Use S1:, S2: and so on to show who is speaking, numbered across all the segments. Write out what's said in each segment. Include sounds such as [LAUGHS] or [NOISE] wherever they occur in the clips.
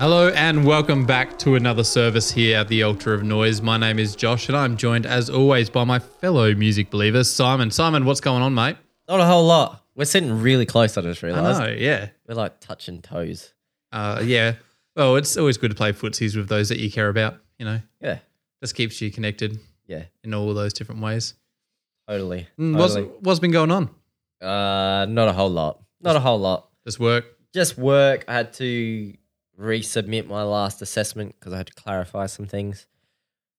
S1: Hello and welcome back to another service here at the Altar of Noise. My name is Josh and I'm joined as always by my fellow music believer, Simon. Simon, what's going on, mate?
S2: Not a whole lot. We're sitting really close, I just
S1: I
S2: realised.
S1: know, yeah.
S2: We're like touching toes.
S1: Uh, yeah. Well, it's always good to play footsies with those that you care about, you know.
S2: Yeah.
S1: Just keeps you connected
S2: Yeah.
S1: in all those different ways.
S2: Totally.
S1: Mm, What's,
S2: totally.
S1: what's been going on?
S2: Uh, not a whole lot. Not a whole lot.
S1: Just work.
S2: Just work. I had to resubmit my last assessment because I had to clarify some things.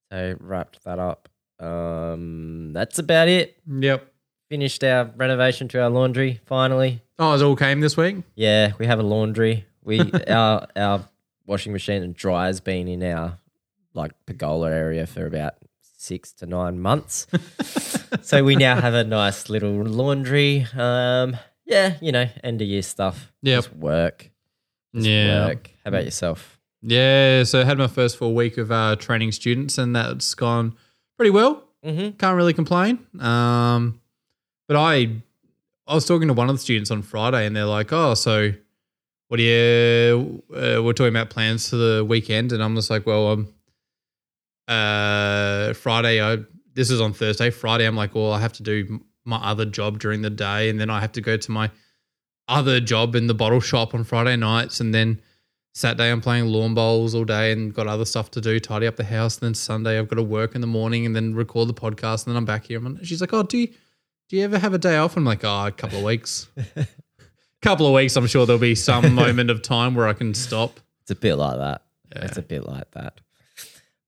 S2: So wrapped that up. Um, that's about it.
S1: Yep.
S2: Finished our renovation to our laundry finally.
S1: Oh, it all came this week?
S2: Yeah, we have a laundry.
S1: [LAUGHS]
S2: We our our washing machine and dryer's been in our like pergola area for about six to nine
S1: [LAUGHS]
S2: months. so we now have a nice little laundry. Um, yeah, you know, end of year stuff.
S1: Yep.
S2: Just work. Just
S1: Yeah.
S2: Work. How about yourself?
S1: Yeah, so I had my first full week of uh, training students, and that's gone pretty well.
S2: Mm-hmm.
S1: Can't really complain. Um, but I, I was talking to one of the students on Friday, and they're like, "Oh, so what do you?" Uh, we're talking about plans for the weekend, and I'm just like, "Well, um, uh, Friday. I this is on Thursday. Friday, I'm like, well, I have to do my other job during the day, and then I have to go to my other job in the bottle shop on Friday nights, and then." Saturday I'm playing lawn bowls all day and got other stuff to do, tidy up the house. And then Sunday I've got to work in the morning and then record the podcast. And then I'm back here. And she's like, "Oh, do you do you ever have a day off?" I'm like, "Oh, a couple of weeks. couple of weeks. I'm sure there'll be some moment of time where I can stop."
S2: It's a bit like that.
S1: Yeah.
S2: It's a bit like that.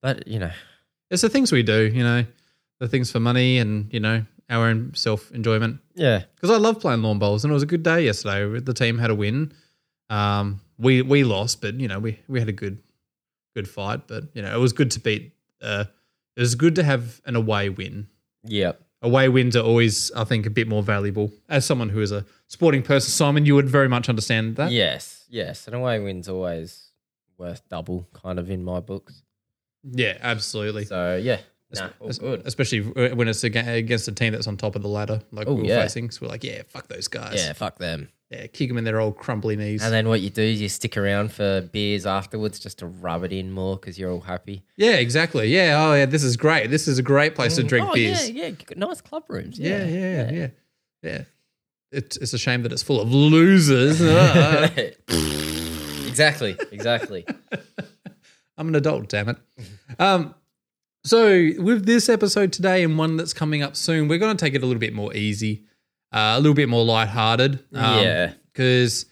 S2: But you know,
S1: It's the things we do, you know, the things for money and you know our own self enjoyment.
S2: yeah,
S1: because I love playing lawn bowls, and it was a good day yesterday. The team had a win. Um, we we lost, but you know we we had a good good fight. But you know it was good to beat. Uh, it was good to have an away win.
S2: yeah.
S1: Away wins are always, I think, a bit more valuable. As someone who is a sporting person, Simon, you would very much understand that.
S2: Yes, yes. An away win's always worth double, kind of in my books.
S1: yeah, absolutely.
S2: So yeah, nah, all
S1: Es-
S2: good.
S1: Especially uh, when it's aga- against a team that's on top of the ladder, like
S2: Oh,
S1: we were
S2: yeah.
S1: facing. So we're like, yeah, fuck those guys.
S2: Yeah, fuck them.
S1: yeah kick them in their old crumbly knees.
S2: And then what you do is you stick around for beers afterwards just to rub it in more because you're all happy.
S1: Yeah, exactly. Yeah. Oh, yeah. This is great. This is a great place to drink
S2: oh,
S1: beers.
S2: Yeah, yeah, g- nice club rooms.
S1: Yeah,
S2: Yeah, [LAUGHS]
S1: yeah, yeah, yeah. It's it's a shame that it's full of
S2: [LAUGHS]
S1: losers. Ah,
S2: exactly, exactly.
S1: I'm an adult, damn it. Um, so with this episode today and one that's coming up soon, we're going to take it a little bit more easy, uh, a little bit more lighthearted. Um,
S2: Yeah.
S1: because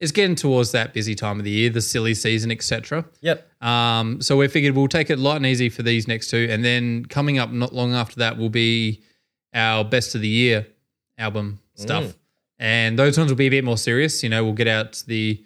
S1: it's getting towards that busy time of the year, the silly season, etc.
S2: yep.
S1: Um, so we figured we'll take it light and easy for these next two, and then coming up not long after that will be our best of the year album stuff,
S2: Mm.
S1: and those ones will be a bit more serious. You know, we'll get out the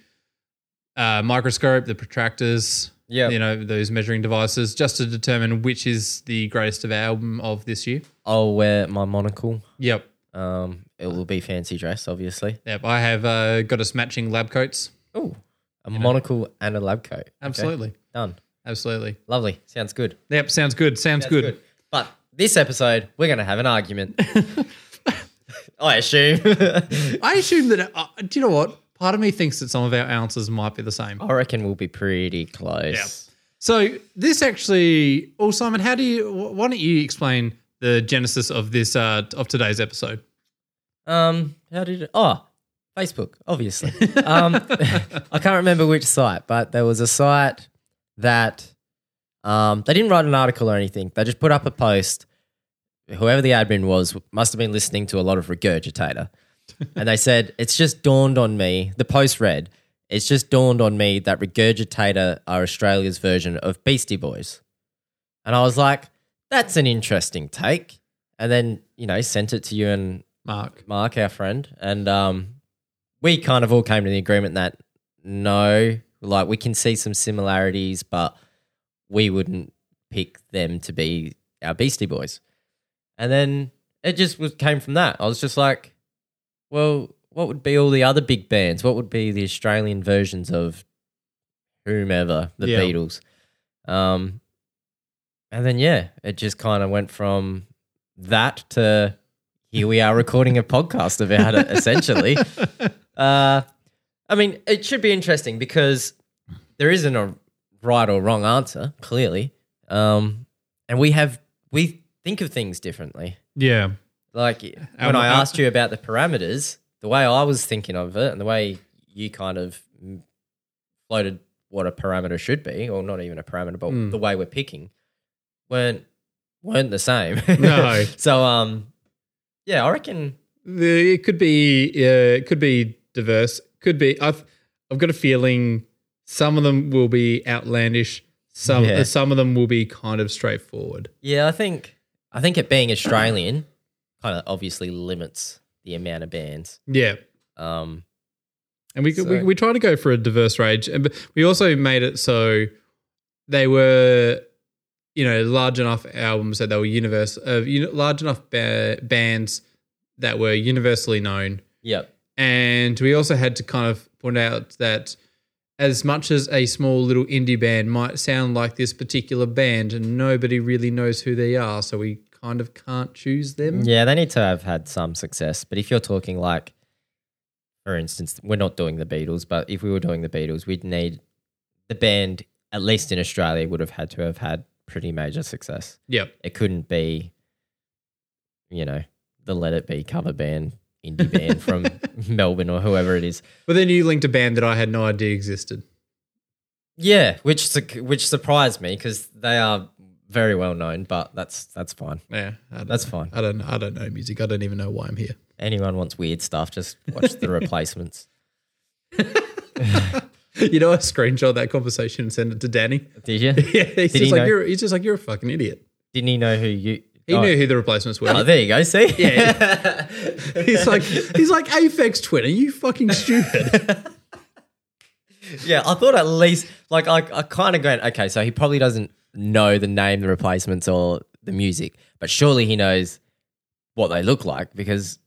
S1: uh, microscope, the protractors,
S2: Yep.
S1: you know, those measuring devices, just to determine which is the greatest of album of this year.
S2: I'll wear my monocle.
S1: Yep,
S2: Um, it will be fancy dress, obviously.
S1: yep. I have uh, got us matching lab coats.
S2: Oh, a monocle and a lab coat. Okay,
S1: Absolutely,
S2: done.
S1: absolutely.
S2: Lovely. Sounds good.
S1: Yep, sounds good. Sounds
S2: That's
S1: good.
S2: But this episode, we're going to have
S1: [LAUGHS]
S2: an argument. [LAUGHS] I assume. [LAUGHS]
S1: I assume that. Uh, do you know what? Part of me thinks that some of our ounces might be the same.
S2: I reckon we'll be pretty close.
S1: So this actually, well, Simon, how do you? wh- Why don't you explain the genesis of this uh, of today's episode?
S2: Um, how did it? Oh, Facebook, obviously. um, [LAUGHS] I can't remember which site, but there was a site that um, they didn't write an article or anything. They just put up a post. Whoever the admin was must have been listening to a lot of regurgitator. and they said, It's just dawned on me. The post read, It's just dawned on me that regurgitator are Australia's version of Beastie Boys. And I was like, That's an interesting take. And then, you know, sent it to you and
S1: Mark,
S2: Mark, our friend, and um, we kind of all came to the agreement that no, like we can see some similarities, but we wouldn't pick them to be our Beastie Boys. And then it just was came from that. I was just like, well, what would be all the other big bands? What would be the Australian versions of whomever, the
S1: Yeah.
S2: Beatles? Um, and then yeah, it just kind of went from that to here we are recording a podcast about it essentially. Uh, I mean, it should be interesting because there isn't a right or wrong answer, clearly. Um, and we have we think of things differently.
S1: Yeah.
S2: Like when I asked you about the parameters, the way I was thinking of it and the way you kind of floated what a parameter should be, or not even a parameter, but
S1: Mm.
S2: the way we're picking, weren't weren't the same.
S1: No.
S2: [LAUGHS] so um, yeah, I reckon.
S1: The, it could be uh, it could be diverse. Could be I've I've got a feeling some of them will be outlandish. Some
S2: Yeah.
S1: uh, some of them will be kind of straightforward.
S2: Yeah, I think I think it being Australian kind of obviously limits the amount of bands.
S1: Yeah.
S2: Um,
S1: And we, we
S2: So-
S1: we try to go for a diverse range, and but we also made it so they were, you know, large enough albums that they were universe uh, uni- large enough ba- bands that were universally known.
S2: yep.
S1: And we also had to kind of point out that as much as a small little indie band might sound like this particular band, and nobody really knows who they are, so we kind of can't choose them.
S2: Yeah, they need to have had some success. But if you're talking like, for instance, we're not doing the Beatles, but if we were doing the Beatles, we'd need the band, at least in Australia, would have had to have had pretty major success.
S1: Yep.
S2: It couldn't be, you know, the Let It Be cover band, indie band from Melbourne or whoever it is.
S1: But then you linked a band that I had no idea existed.
S2: Yeah, which su- which surprised me because they are very well known, but that's that's fine.
S1: Yeah, I don't
S2: That's
S1: know.
S2: fine.
S1: I don't. I don't know music. I don't even know why I'm here. [LAUGHS]
S2: Anyone wants weird stuff, just watch the replacements.
S1: You know, I screenshot that conversation and send it to Danny. [LAUGHS]
S2: Did you?
S1: Yeah, he's
S2: he
S1: just like
S2: know?
S1: you're. He's just like you're a fucking idiot.
S2: Didn't he know who you?
S1: He
S2: oh.
S1: knew who the replacements were.
S2: [LAUGHS] Oh, there you go. See,
S1: Yeah. he's like he's like Aphex Twin. Are you fucking
S2: [LAUGHS]
S1: stupid?
S2: [LAUGHS] yeah. I thought at least like I, I kind of going okay. So he probably doesn't know the name, the replacements, or the music, but surely he knows what they look like because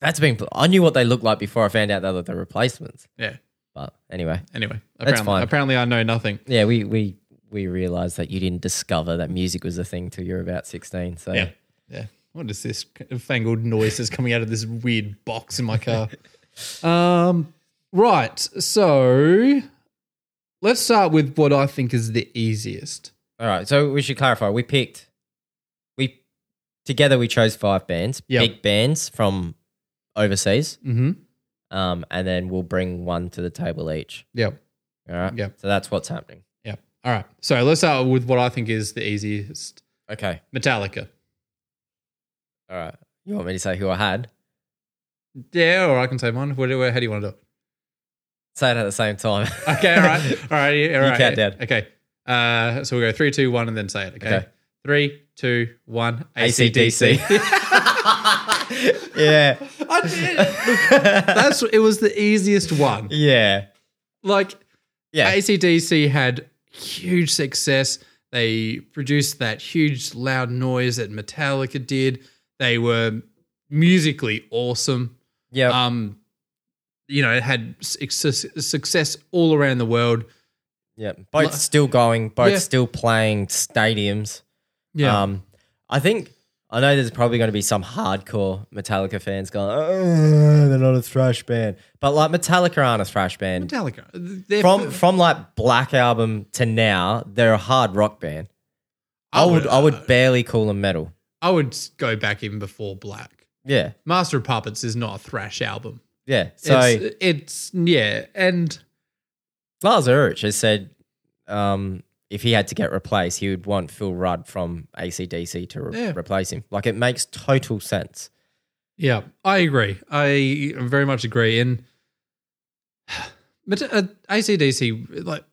S2: that's been. I knew what they looked like before I found out they were the replacements.
S1: yeah.
S2: But anyway,
S1: Anyway,
S2: That's
S1: apparently,
S2: fine.
S1: apparently I know nothing.
S2: yeah, we we we realized that you didn't discover that music was a thing till you're about sixteen. So
S1: Yeah. Yeah. What is this fangled noise that's coming out of this weird box in my
S2: [LAUGHS]
S1: car? um, right. So let's start with what I think is the easiest.
S2: All right, so we should clarify. We picked we together we chose five bands,
S1: Yep.
S2: big bands from overseas,
S1: Mm-hmm.
S2: um, and then we'll bring one to the table each.
S1: Yep.
S2: All right.
S1: Yep.
S2: So that's what's happening.
S1: Yep. All right. So let's start with what I think is the easiest
S2: Okay.
S1: Metallica.
S2: All right. You want me to say who I had?
S1: Yeah, or I can say mine. What, how do you want to do it? [LAUGHS]
S2: Say it at the same time.
S1: Okay, all
S2: [LAUGHS]
S1: right. All right. yeah, All
S2: You
S1: right.
S2: count down.
S1: Okay. Uh, so we'll go three, two, one, and then say it. Okay.
S2: Okay.
S1: Three, two, one.
S2: ACDC. [LAUGHS] yeah.
S1: [LAUGHS]
S2: [LAUGHS]
S1: I did. That's it was the easiest one.
S2: Yeah.
S1: Like
S2: Yeah.
S1: ACDC had huge success. They produced that huge loud noise that Metallica did. They were musically awesome.
S2: yeah.
S1: Um, you know, it had success, success all around the world.
S2: yeah. Both still going, both
S1: Yeah.
S2: still playing stadiums.
S1: Um,
S2: Um, I think I know there's probably going to be some hardcore Metallica fans going, "Oh, they're not a thrash band," but like Metallica aren't a thrash band.
S1: Metallica. They're-
S2: From from like Black Album to now, they're a hard rock band. I would I would barely call them metal.
S1: I would go back even before Black.
S2: Yeah,
S1: Master of Puppets is not a thrash album.
S2: yeah. So
S1: it's, it's yeah, and
S2: Lars Ulrich has said um, if he had to get replaced, he would want Phil Rudd from ACDC to re-
S1: Yeah.
S2: replace him. Like it makes total sense.
S1: Yeah, I agree. I very much agree. And [SIGHS] but uh, ACDC, like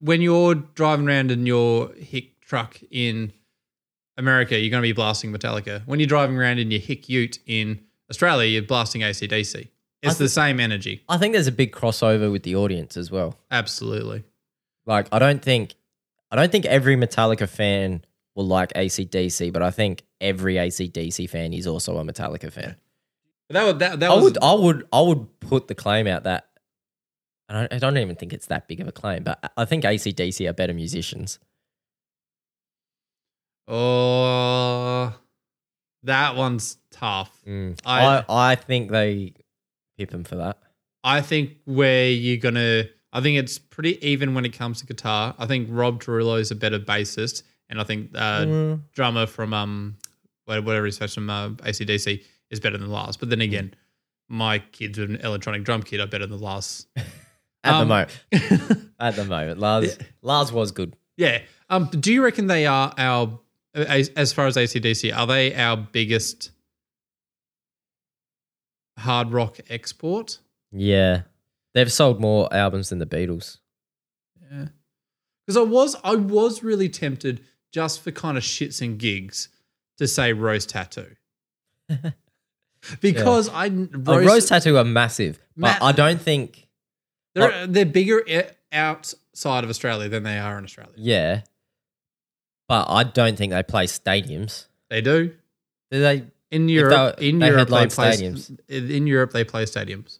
S1: when you're driving around in your hick truck in America, you're going to be blasting Metallica. When you're driving around in your hick ute in Australia, you're blasting ACDC. It's the same energy.
S2: I think there's a big crossover with the audience as well.
S1: Absolutely.
S2: Like I don't think I don't think every Metallica fan will like ACDC, but I think every ACDC fan is also a Metallica fan.
S1: But that was that, that
S2: I
S1: was
S2: would, I would, I would put the claim out that I don't, I don't even think it's that big of a claim, but I- I think ACDC are better musicians.
S1: oh that one's tough. I-
S2: I, I, think they hip them for that.
S1: I think where you're gonna, I think it's pretty even when it comes to guitar. I think Rob Trujillo is a better bassist, and I think uh,
S2: Mm.
S1: drummer from um wha- whatever he's from uh, ACDC is better than Lars. But then again, my kids with an electronic drum kit are better than Lars.
S2: At the
S1: um,
S2: moment, at the
S1: [LAUGHS]
S2: moment, Lars, Lars was good.
S1: yeah. Um. Do you reckon they are our as, as far as ACDC are they our biggest hard rock export?
S2: Yeah, they've sold more albums than the Beatles.
S1: Because I was I was really tempted just for kind of shits and gigs to say Rose
S2: [LAUGHS]
S1: Tattoo. because I
S2: Oh,
S1: Rose,
S2: Rose, Tattoo are massive, but
S1: Ma-
S2: I don't think. Oh.
S1: they're, they're bigger i- outside of Australia than they are in Australia.
S2: Yeah, but I don't think they play stadiums.
S1: They do
S2: Do they?
S1: in Europe.
S2: they-
S1: in
S2: they
S1: Europe, they
S2: headline
S1: play
S2: stadiums.
S1: in Europe they play stadiums.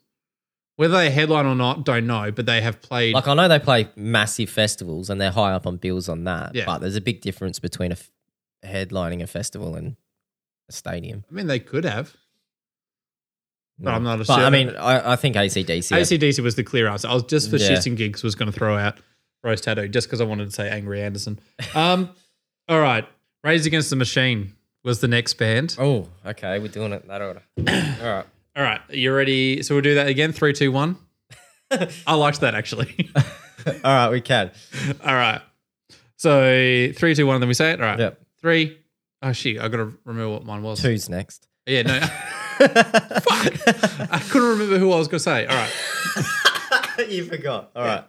S1: Whether they headline or not, don't know. But they have played.
S2: Like I know they play massive festivals and they're high up on bills on that.
S1: Yeah.
S2: But there's a big difference between a f- headlining a festival and a stadium.
S1: I mean, they could have. But
S2: Mm.
S1: I'm not a
S2: But I
S1: sure.
S2: mean, I, I think ACDC. are-
S1: ACDC was the clear answer. I was just for
S2: Yeah.
S1: shits and gigs was going to throw out Rose Tattoo just because I wanted to say Angry Anderson. Um, [LAUGHS] all right, Rage Against the Machine was the next band.
S2: oh, okay, we're doing it that order. [COUGHS] All right.
S1: All right, you ready? So we'll do that again. Three, two,
S2: [LAUGHS]
S1: one. I liked that actually. [LAUGHS]
S2: All right, we can.
S1: all right. So three, two, one. Then we say it. All right.
S2: Yep.
S1: Three. Oh shit! I got to remember what mine was.
S2: Who's next?
S1: Yeah. No. Fuck. I couldn't remember who I was going to say. All right.
S2: [LAUGHS] you forgot. All right.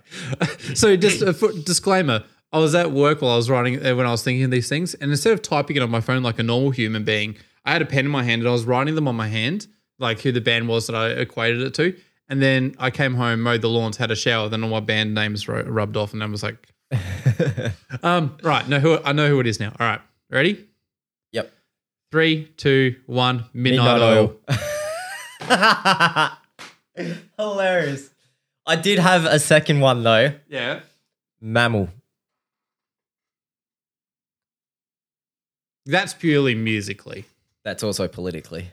S1: So just a foot disclaimer. I was at work while I was writing uh, when I was thinking of these things, and instead of typing it on my phone like a normal human being, I had a pen in my hand and I was writing them on my hand, like who the band was that I equated it to. And then I came home, mowed the lawns, had a shower, then all my band names ru- rubbed off, and I was
S2: [LAUGHS]
S1: like, um, right, no, who I know who it is now. All right, ready?
S2: Yep.
S1: Three, two, one. Midnight,
S2: Midnight
S1: Oil.
S2: Oil. [LAUGHS] Hilarious. I did have a second one though.
S1: Yeah.
S2: Mammal.
S1: That's purely musically.
S2: That's also politically.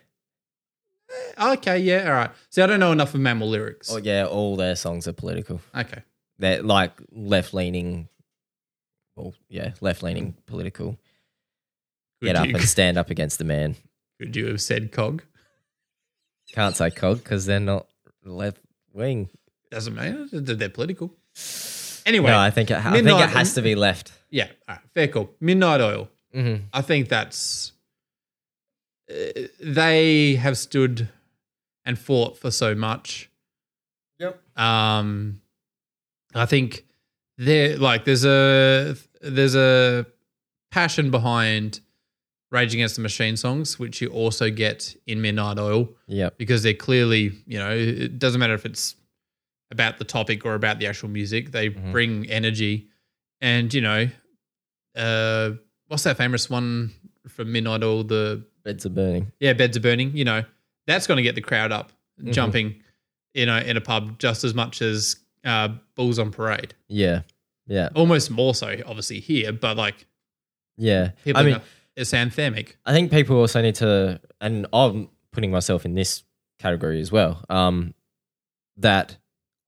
S1: Okay, yeah, all right. See, I don't know enough of mammal lyrics.
S2: Oh yeah, all their songs are political.
S1: Okay.
S2: They're like left leaning. Well, yeah, left leaning political.
S1: Good
S2: Get up
S1: you-
S2: and stand up against the man.
S1: Could you have said cog?
S2: Can't say cog because they're not left wing.
S1: Doesn't matter. They're they're political. Anyway,
S2: No, I think it, ha- I think it
S1: Midnight-
S2: has to be left.
S1: yeah, all right, fair call. Midnight Oil.
S2: hmm
S1: I think that's uh, they have stood and fought for so much.
S2: Yep.
S1: Um, I think there, like, there's a there's a passion behind Rage Against the Machine songs, which you also get in Midnight Oil.
S2: Yep.
S1: because they're clearly, you know, it doesn't matter if it's about the topic or about the actual music, they
S2: Mhm.
S1: bring energy. And, you know, uh, what's that famous one from Midnight Oil? The,
S2: Beds are burning.
S1: yeah, Beds Are Burning, you know, that's going to get the crowd up
S2: Mhm.
S1: jumping, you know, in a pub just as much as uh, Bulls on Parade.
S2: Yeah. Yeah.
S1: Almost more so, obviously, here, but like
S2: Yeah.
S1: people
S2: I mean,
S1: are, it's anthemic.
S2: I think people also need to, and I'm putting myself in this category as well, um, that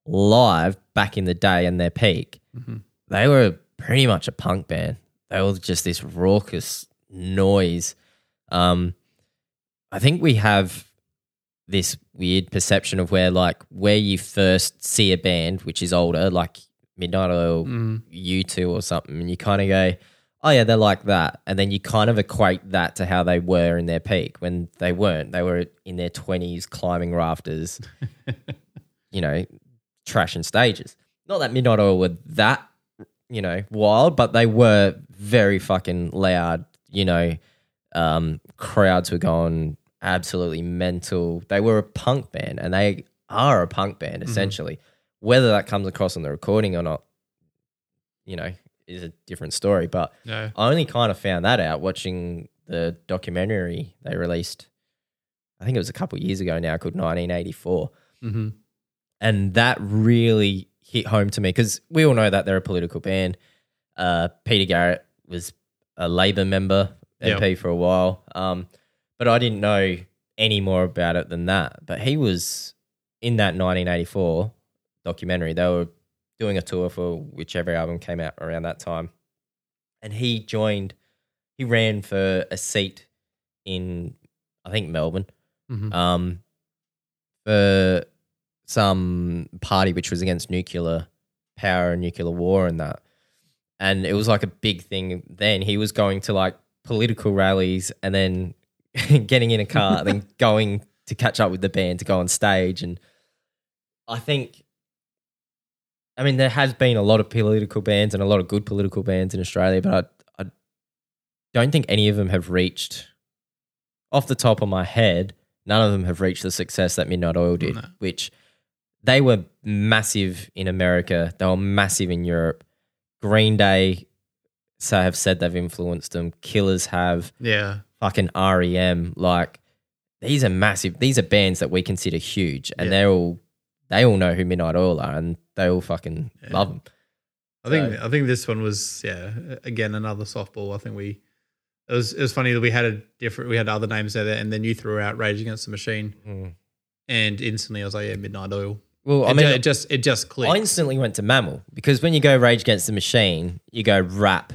S2: live back in the day and their peak,
S1: Mhm.
S2: they were pretty much a punk band. They were just this raucous noise. Um, I think we have this weird perception of where, like, where you first see a band, which is older, like Midnight Oil,
S1: Mm.
S2: you two or something, and you kind of go, oh yeah, they're like that, and then you kind of equate that to how they were in their peak when they weren't. They were in their twenties, climbing rafters, you know, trashing stages. Not that Midnight Oil were that, you know, wild, but they were very fucking loud. You know, um, crowds were going absolutely mental. They were a punk band, and they are a punk band essentially. Whether that comes across on the recording or not, you know, is a different story. But
S1: No.
S2: I only kind of found that out watching the documentary they released. I think it was a couple of years ago now, called 1984
S1: hmm
S2: and that really hit home to me because we all know that they're a political band. Uh, Peter Garrett was a Labor member MP for a while, um, but I didn't know any more about it than that. But he was in that 1984 documentary. They were doing a tour for whichever album came out around that time, and he joined. He ran for a seat in, I think Melbourne,
S1: hmm
S2: um, for some party which was against nuclear power and nuclear war and that. And it was like a big thing then. He was going to like political rallies and then [LAUGHS] getting in a car and then going to catch up with the band to go on stage. And I think, I mean, there has been a lot of political bands and a lot of good political bands in Australia, but I, I don't think any of them have reached, off the top of my head, none of them have reached the success that Midnight Oil did,
S1: No.
S2: which they were massive in America. They were massive in Europe. Green Day so have said they've influenced them. Killers have
S1: Yeah.
S2: fucking REM. Like these are massive. These are bands that we consider huge, and
S1: Yeah.
S2: they're all they all know who Midnight Oil are, and they all fucking love 'em. love them.
S1: I think I think this one was yeah again another softball. I think we it was it was funny that we had a different we had other names there and then you threw out Rage Against the Machine and instantly I was like yeah Midnight Oil.
S2: Well, I
S1: it,
S2: mean,
S1: ju- it just it just clicked.
S2: I instantly went to Mammal because when you go Rage Against the Machine, you go rap,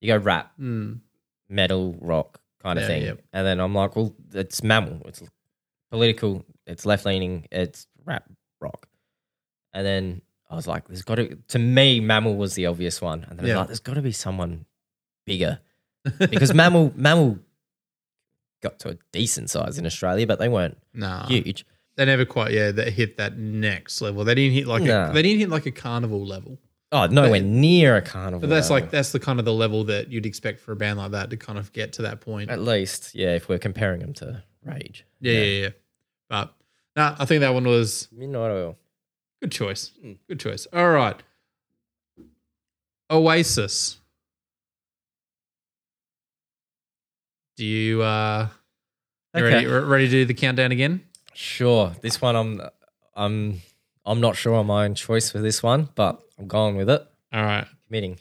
S2: you go rap,
S1: Mm.
S2: metal rock kind of
S1: Yeah,
S2: thing.
S1: yep.
S2: And then I'm like, well, it's mammal, it's political, it's left leaning, it's rap rock. And then I was like, there's got to, to me, mammal was the obvious one. And then I
S1: Yeah.
S2: was like, there's got to be someone
S1: [LAUGHS]
S2: bigger because mammal, mammal got to a decent size in Australia, but they weren't
S1: Nah,
S2: huge.
S1: they never quite yeah that hit that next level. They didn't hit like
S2: Nah.
S1: a, they didn't hit like a carnival level.
S2: Oh, nowhere near a carnival.
S1: But that's
S2: level.
S1: like that's the kind of the level that you'd expect for a band like that to kind of get to that point.
S2: at least, yeah, if we're comparing them to Rage.
S1: Yeah, yeah, yeah. But nah, I think that one was
S2: Midnight Oil.
S1: Good choice. Good choice. All right. Oasis. Do you uh you
S2: Okay.
S1: ready, re- ready to do the countdown again?
S2: Sure. This one I'm I'm I'm not sure on my own choice for this one, but I'm going with it.
S1: All right.
S2: Committing.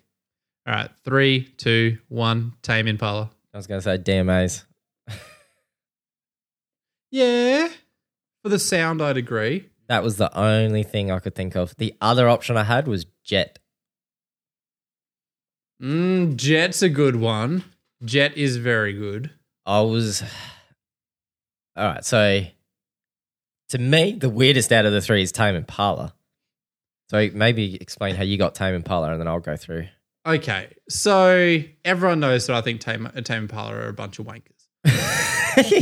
S1: All right. Three, two, one, Tame Impala.
S2: I was gonna say DMAs.
S1: Yeah. For the sound, I'd agree.
S2: That was the only thing I could think of. The other option I had was Jet.
S1: Mm, Jet's a good one. Jet is very good.
S2: I was [SIGHS] all right, so to me, the weirdest out of the three is Tame Impala. So maybe explain how you got Tame Impala and then I'll go through. [LAUGHS]
S1: Okay. So everyone knows that I think Tame, Tame Impala are a bunch of wankers.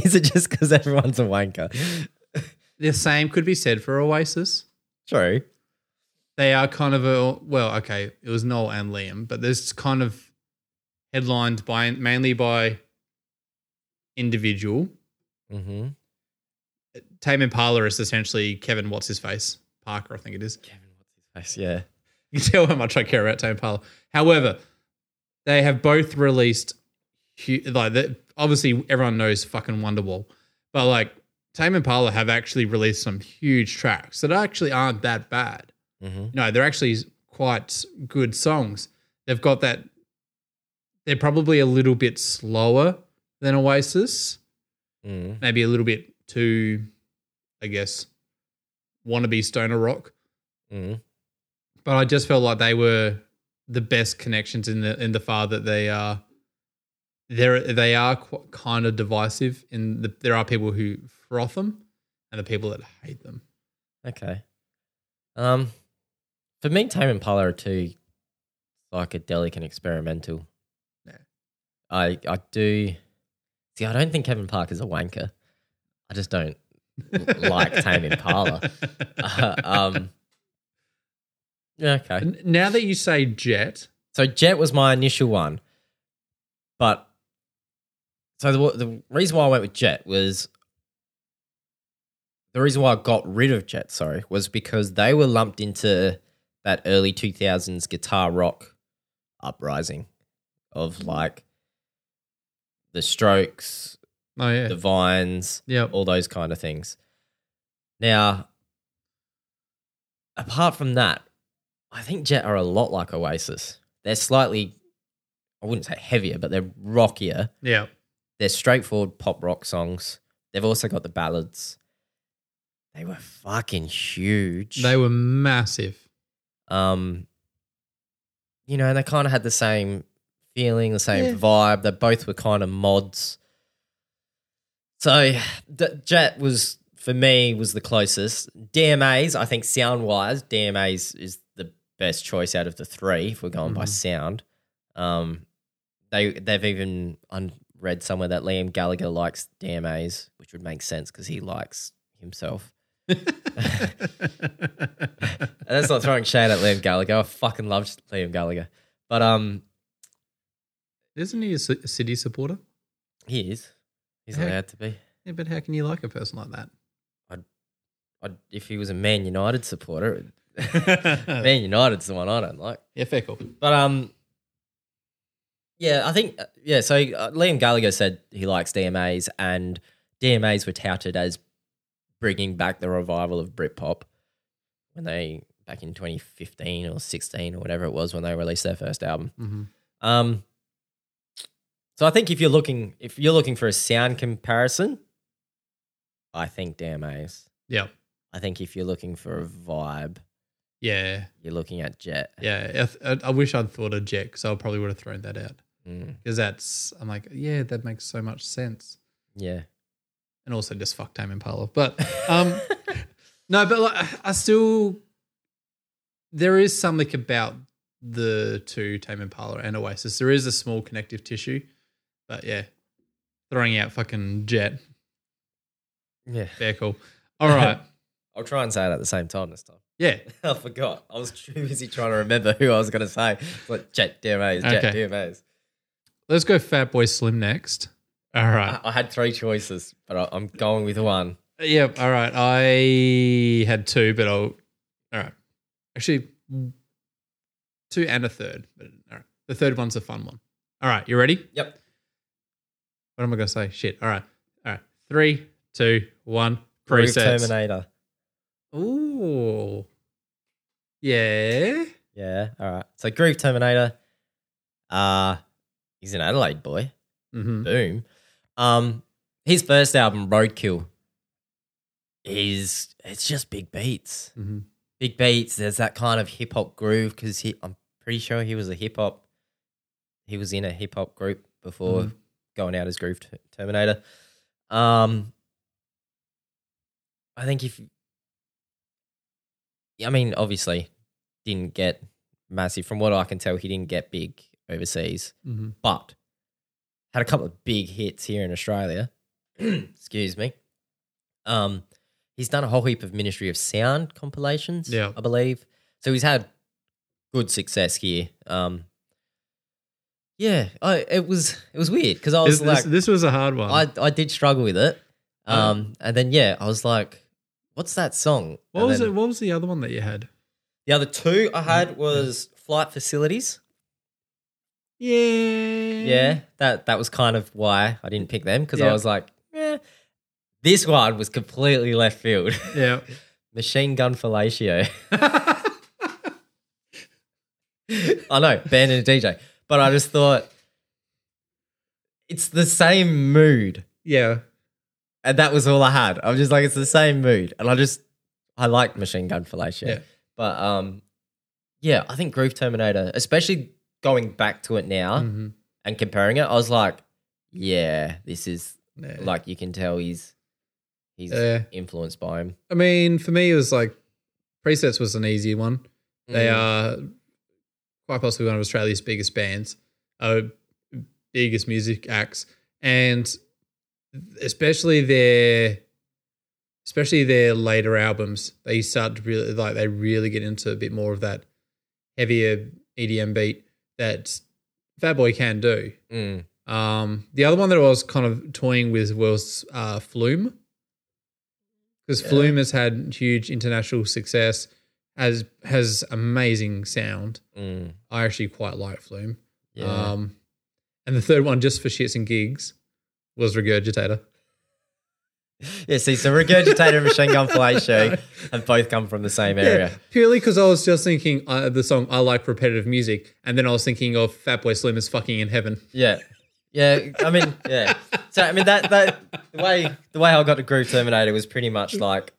S2: is it just because everyone's a wanker?
S1: The same could be said for Oasis.
S2: True.
S1: they are kind of a well, okay, it was Noel and Liam, but there's kind of headlined by mainly by individual.
S2: Mm-hmm.
S1: Tame Impala is essentially Kevin what's his face Parker, I think it is. [LAUGHS]
S2: Kevin, what's his face? Yeah.
S1: You can tell how much I care about Tame Impala. However, they have both released hu- like the, obviously everyone knows fucking Wonderwall, but like Tame Impala have actually released some huge tracks that actually aren't that bad.
S2: Mm-hmm.
S1: no, they're actually quite good songs. They've got that. They're probably a little bit slower than Oasis,
S2: Mm-hmm.
S1: maybe a little bit too, I guess, wannabe stoner rock.
S2: Mm-hmm.
S1: But I just felt like they were the best connections in the in the far that they are. They're, they are qu- kind of divisive, and the, there are people who froth them, and the people that hate them.
S2: Okay. Um, for me, Tame Impala are too psychedelic and experimental.
S1: Yeah.
S2: I I do. See, I don't think Kevin Park is a wanker. I just don't like
S1: [LAUGHS]
S2: Tame Impala. [LAUGHS] um. Yeah. Okay.
S1: N- Now that you say Jet,
S2: So Jet was my initial one, but so the the reason why I went with Jet was the reason why I got rid of Jet. Sorry, was because they were lumped into that early two thousands guitar rock uprising of like the strokes,
S1: Oh yeah.
S2: the vines,
S1: Yep.
S2: all those kind of things. Now, apart from that, I think Jet are a lot like Oasis. They're slightly, I wouldn't say heavier, but they're rockier.
S1: Yeah.
S2: They're straightforward pop rock songs. They've also got the ballads. They were fucking huge.
S1: They were [LAUGHS] massive.
S2: um, you know, and they kind of had the same feeling, the same vibe. They both were kind of mods. So D- Jet was for me was the closest. DMA's, I think, sound wise, DMA's is the best choice out of the three if we're going by
S1: Mhm.
S2: sound. Um, they they've even un- read somewhere that Liam Gallagher likes DMA's, which would make sense because he likes himself. And that's not throwing shade at Liam Gallagher. I fucking loved Liam Gallagher, but um,
S1: Isn't he a ci- a city supporter?
S2: he is. He's
S1: Hey.
S2: allowed to be.
S1: Yeah, but how can you like a person like that?
S2: I'd, if he was a Man United supporter, Man United's the one I don't like.
S1: [LAUGHS] Yeah, fair call.
S2: But um, yeah, I think yeah. So uh, Liam Gallagher said he likes DMAs, and DMAs were touted as bringing back the revival of Britpop when they back in 2015 or 16 or whatever it was when they released their first album.
S1: hmm
S2: Um, so I think if you're looking if you're looking for a sound comparison, I think DMAs.
S1: Yeah.
S2: I think if you're looking for a vibe,
S1: Yeah.
S2: you're looking at Jet.
S1: Yeah. I, th- I- I wish I'd thought of Jack because I probably would have thrown that out
S2: Mm,
S1: because that's, I'm like, yeah, that makes so much sense.
S2: yeah.
S1: And also just fuck Tame Impala. But um, no, but like, I still, there is something about the two Tame Impala and Oasis. There is a small connective tissue, but yeah, throwing out fucking Jet.
S2: [LAUGHS] Yeah.
S1: Fair call. All right.
S2: I'll try and say it at the same time this time. [LAUGHS]
S1: Yeah.
S2: I forgot. I was too busy trying to remember who I was going to say. Like Jet DMAs, Jet
S1: Okay.
S2: DMAs.
S1: Let's go Fat Boy Slim next. All right.
S2: I, I had three choices, but I, I'm going with one.
S1: Yep. All right. I had two, but I'll. All right. Actually, two and a third. But all right. The third one's a fun one. All right. You ready?
S2: Yep.
S1: What am I going to say? Shit. All right. All right. Three, two, one.
S2: Groove
S1: Presets.
S2: Terminator.
S1: Ooh. Yeah.
S2: Yeah. All right. So Groove Terminator. Uh he's an Adelaide boy.
S1: Mm-hmm.
S2: Boom. Um, his first album, Roadkill, is it's just big beats.
S1: hmm
S2: Big beats. There's that kind of hip hop groove because he. I'm pretty sure he was a hip hop. He was in a hip hop group before
S1: Mhm.
S2: going out as Groove T- Terminator. Um, I think if. I mean, obviously, didn't get massive. From what I can tell, he didn't get big overseas
S1: hmm
S2: but had a couple of big hits here
S1: [CLEARS THROAT]
S2: in Australia. Excuse me. Um, he's done a whole heap of Ministry of Sound compilations,
S1: Yeah.
S2: I believe. So he's had good success here. Um, yeah, I, it was it was weird because I was
S1: This,
S2: like,
S1: this, this was a hard one.
S2: I I did struggle with it.
S1: Oh.
S2: Um, and then yeah, I was like, what's that song?
S1: what
S2: And
S1: was
S2: then
S1: it? Mm. What was the other one that you had?
S2: The other two I had was Flight Facilities.
S1: Yeah.
S2: Yeah, that that was kind of why I didn't pick them because I
S1: Mm. Yeah.
S2: was like, eh. This one was completely left field. [LAUGHS]
S1: Yeah. [LAUGHS]
S2: Machine Gun Fellatio. [LAUGHS] I know, band and a DJ, but I just thought it's the same mood,
S1: yeah.
S2: and that was all I had. I was just like, it's the same mood, and I just I liked Machine Gun Fellatio,
S1: Yeah.
S2: but um, yeah, I think Groove Terminator, especially going back to it now
S1: Mhm.
S2: and comparing it, I was like, yeah, this is
S1: Yeah.
S2: like you can tell he's he's
S1: Yeah.
S2: influenced by him.
S1: I mean, for me, it was like presets was an easy one. They
S2: Mm.
S1: are quite possibly one of Australia's biggest bands, uh, biggest music acts, and especially their especially their later albums. They start to really like they really get into a bit more of that heavier EDM beat that Fatboy can do.
S2: Mm.
S1: Um, the other one that I was kind of toying with was uh, Flume, because
S2: Yeah.
S1: Flume has had huge international success, has has amazing sound.
S2: Mm,
S1: I actually quite like Flume.
S2: yeah.
S1: Um, and the third one, just for shits and gigs, was Regurgitator.
S2: yeah, see, so Regurgitator and Machine Gun [LAUGHS] Fly Show have both come from the same area.
S1: purely because I was just thinking uh, the song I like repetitive music, and then I was thinking of Fatboy Slim is fucking in heaven.
S2: Yeah. Yeah, I mean, yeah. So I mean that that the way the way I got to Groove Terminator was pretty much like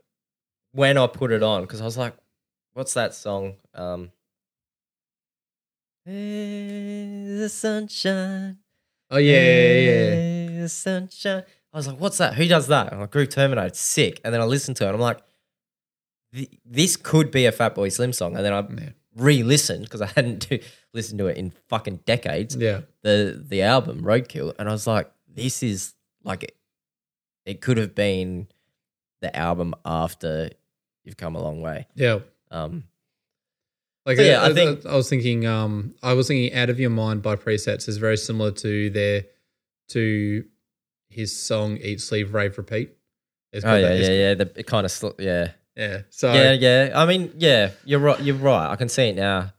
S2: when I put it on because I was like, "What's that song?" Um, hey, the sunshine.
S1: Oh yeah, yeah, yeah.
S2: Hey, the sunshine. I was like, "What's that? Who does that?" And I'm like, "Groove Terminator." It's sick. And then I listened to it. and I'm like, "Th- "This could be a Fatboy Slim song." And then I
S1: Yeah.
S2: re-listened because I hadn't [LAUGHS] do- listened to it in fucking decades
S1: yeah.
S2: the the album Roadkill, and I was like, this is like it. It could have been the album after you've come a long way.
S1: Yeah.
S2: Um,
S1: Like
S2: So, uh,
S1: yeah,
S2: yeah,
S1: I,
S2: I
S1: I-
S2: think-
S1: I was thinking um I was thinking Out of Your Mind by Presets is very similar to their to his song Eat Sleeve Rave Repeat. It's
S2: oh
S1: got Oh.
S2: yeah,
S1: that-
S2: yeah,
S1: it's-
S2: yeah. The, it kind of sl- yeah,
S1: yeah. So
S2: yeah, yeah. I mean, yeah, you're right. You're right. I can see it now.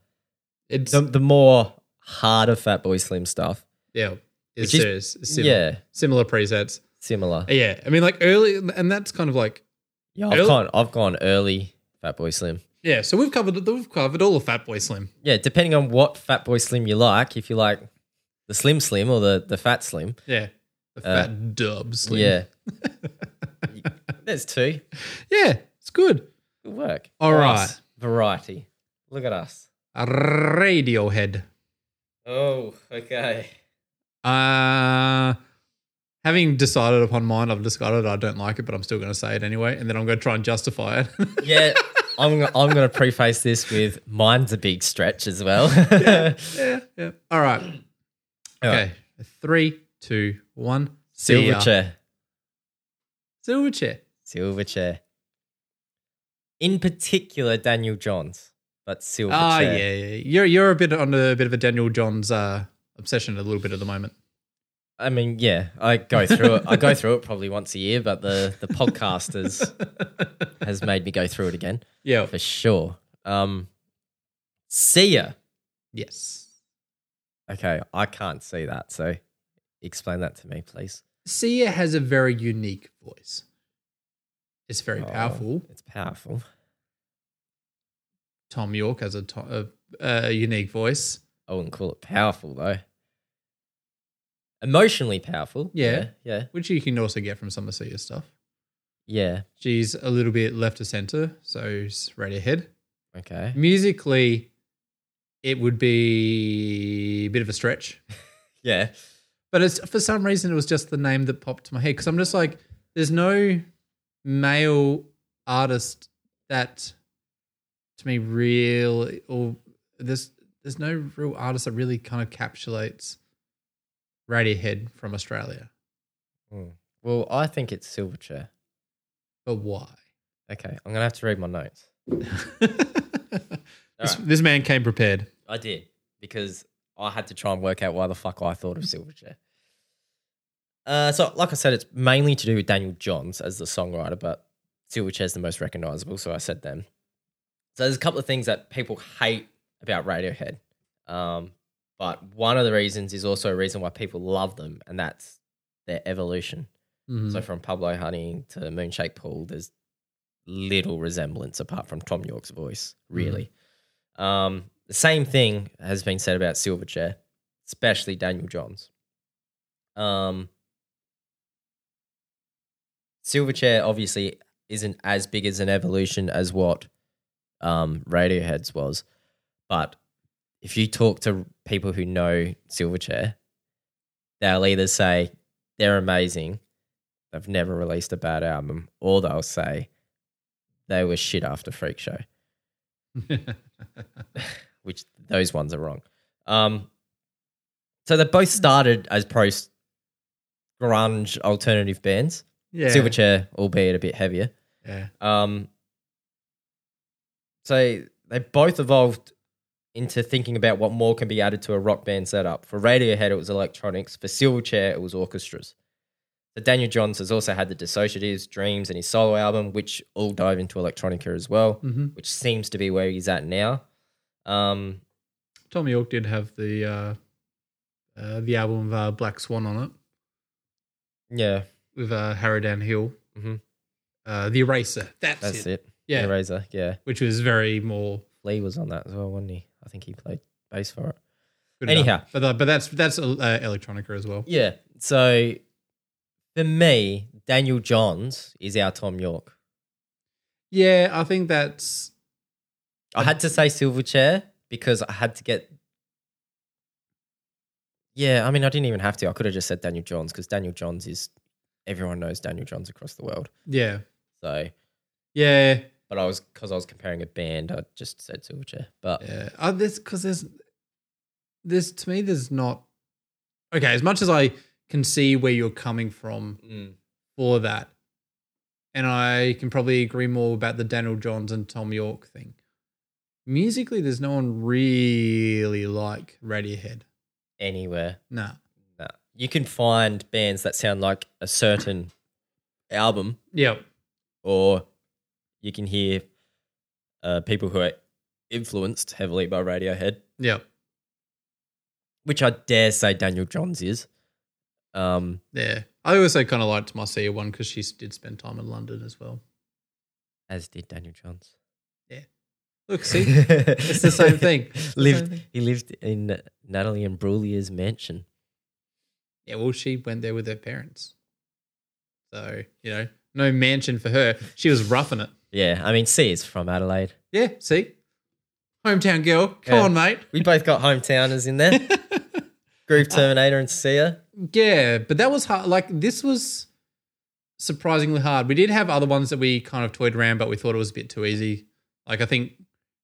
S1: it's
S2: The, the more harder Fatboy Slim stuff,
S1: yeah, it's
S2: Which is-
S1: serious. Similar,
S2: yeah,
S1: similar presets. Uh,
S2: similar.
S1: Yeah, I mean like early, and that's kind of like
S2: Yeah, I've
S1: Early-
S2: gone, I've gone early Fatboy Slim.
S1: yeah. So we've covered we've covered all of Fatboy Slim.
S2: Yeah, depending on what Fatboy Slim you like, if you like the Slim Slim or the the Fat Slim,
S1: Yeah, the
S2: Uh,
S1: fat dub Slim. [LAUGHS]
S2: yeah, there's two.
S1: yeah, it's good.
S2: Good work.
S1: All
S2: All right,
S1: right.
S2: Variety. Look at us.
S1: Radiohead.
S2: Oh, okay.
S1: Uh having decided upon mine, I've decided I don't like it, but I'm still going to say it anyway, and then I'm going to try and justify it.
S2: [LAUGHS]
S1: [LAUGHS]
S2: Yeah. I'm gonna, I'm going to preface this with mine's a big stretch as well.
S1: [LAUGHS] yeah, yeah. All right.
S2: right.
S1: Okay. Three, two, one. See
S2: [LAUGHS] Silver
S1: ya.
S2: chair.
S1: Silver chair.
S2: Silver chair. In particular, Daniel Johns, but silver
S1: Ah, yeah,
S2: chair.
S1: yeah. yeah. You're you're a bit on a bit of a Daniel Johns uh, obsession a little bit at the moment.
S2: I mean, yeah, I go through it. I go through it probably once a year, but the the
S1: [LAUGHS]
S2: podcast has, has made me go through it again
S1: Yeah.
S2: for sure. Um, see ya.
S1: Yes.
S2: Okay, I can't see that. So explain that to me, please.
S1: Sia has a very unique voice. It's very
S2: Oh,
S1: powerful.
S2: It's powerful.
S1: Tom York has a, to- a, a unique voice.
S2: I wouldn't call it powerful though. Emotionally powerful.
S1: Yeah.
S2: Yeah.
S1: which you can also get from some of Sia's stuff.
S2: Yeah.
S1: She's a little bit left of center, so it's right ahead.
S2: yeah. Okay.
S1: Musically, it would be a bit of a stretch,
S2: Yeah.
S1: but it's for some reason it was just the name that popped to my head because I'm just like, there's no male artist that to me real or there's there's no real artist that really kind of capsulates Radiohead from Australia.
S2: Hmm. Well, I think it's Silverchair.
S1: But why? [LAUGHS]
S2: Okay. I'm gonna have to read my notes.
S1: this,
S2: Alright.
S1: this man came prepared.
S2: I did because I had to try and work out why the fuck I thought of Silverchair. Uh, so, like I said, it's mainly to do with Daniel Johns as the songwriter, but Silverchair's the most recognizable, so I said them. So, there's a couple of things that people hate about Radiohead, um, but one of the reasons is also a reason why people love them, and that's their evolution.
S1: Mhm.
S2: So, from Pablo Honey to Moonshake Pool, there's little resemblance apart from Tom York's voice, really. Um, the same thing has been said about Silverchair, especially Daniel Johns. Um, Silverchair obviously isn't as big as an evolution as what um, Radiohead's was, but if you talk to people who know Silverchair, they'll either say they're amazing, they've never released a bad album, or they'll say they were shit after Freak Show, [LAUGHS] which those ones are wrong. Um, so they both started as pro grunge alternative bands,
S1: yeah.
S2: Silverchair, albeit a bit heavier.
S1: Yeah.
S2: Um, so they both evolved into thinking about what more can be added to a rock band setup. For Radiohead, it was electronics. For Silverchair, it was orchestras. So Daniel Johns has also had the Dissociatives, Dreams, and his solo album, which all dive into electronica as well,
S1: Mm-hmm.
S2: which seems to be where he's at now. Um,
S1: Tommy York did have the uh, uh, the album of uh, Black Swan on it
S2: yeah,
S1: with uh, Harridan Hill.
S2: Mhm.
S1: Uh, the Eraser. That's,
S2: that's
S1: it.
S2: it.
S1: Yeah,
S2: Eraser. Yeah,
S1: which was very more.
S2: Lee was on that as well, wasn't he? I think he played bass for it.
S1: good
S2: Anyhow.
S1: enough. but uh, but that's that's uh, electronica as well.
S2: Yeah. So for me, Daniel Johns is our Tom York.
S1: Yeah, I think that's
S2: I had to say Silverchair because I had to get. Yeah, I mean, I didn't even have to. I could have just said Daniel Johns because Daniel Johns is everyone knows Daniel Johns across the world.
S1: yeah
S2: So,
S1: yeah
S2: but I was because I was comparing a band, I just said Silverchair. But
S1: yeah. Uh, this because there's there's to me there's not okay as much as I can see where you're coming from
S2: Mm,
S1: for that, and I can probably agree more about the Daniel Johns and Tom York thing. Musically, there's no one really like Radiohead.
S2: anywhere,
S1: Nah.
S2: nah. you can find bands that sound like a certain album,
S1: Yep.
S2: or you can hear uh, people who are influenced heavily by Radiohead,
S1: Yep.
S2: which I dare say Daniel Johns is. Um,
S1: Yeah. I also kind of liked Marcia one because she did spend time in London as well.
S2: as did Daniel Johns.
S1: Look, [LAUGHS] see, it's the same
S2: [LAUGHS]
S1: thing. It's the
S2: lived,
S1: same thing.
S2: He lived in Natalie and Brulia's mansion.
S1: Yeah, well, she went there with her parents. So, you know, no mansion for her. She was roughing it.
S2: Yeah, I mean, C is from Adelaide.
S1: Yeah, see? Hometown girl. Come
S2: Yeah.
S1: on, mate.
S2: We both got hometowners in [LAUGHS] there.
S1: [LAUGHS]
S2: Groove Terminator and Sia.
S1: Yeah, but that was hard. Like, this was surprisingly hard. We did have other ones that we kind of toyed around, but we thought it was a bit too easy. Like, I think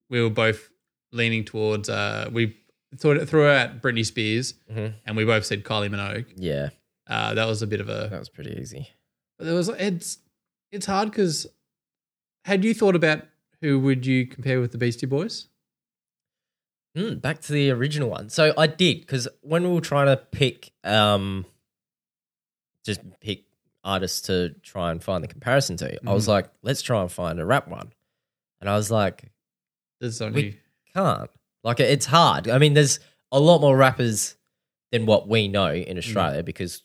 S1: we were both leaning towards, uh, we thought it threw out Britney Spears
S2: Mhm.
S1: and we both said Kylie Minogue.
S2: Yeah,
S1: Uh, that was a bit of a,
S2: that was pretty easy.
S1: But there was it's it's hard because had you thought about who would you compare with the Beastie Boys?
S2: Mm, back to the original one. So I did because when we were trying to pick, um, just pick artists to try and find the comparison to, I was like, let's try and find a rap one, and I was like,
S1: There's only
S2: can't. Like it- it's hard. I mean, there's a lot more rappers than what we know
S1: Mm.
S2: in Australia because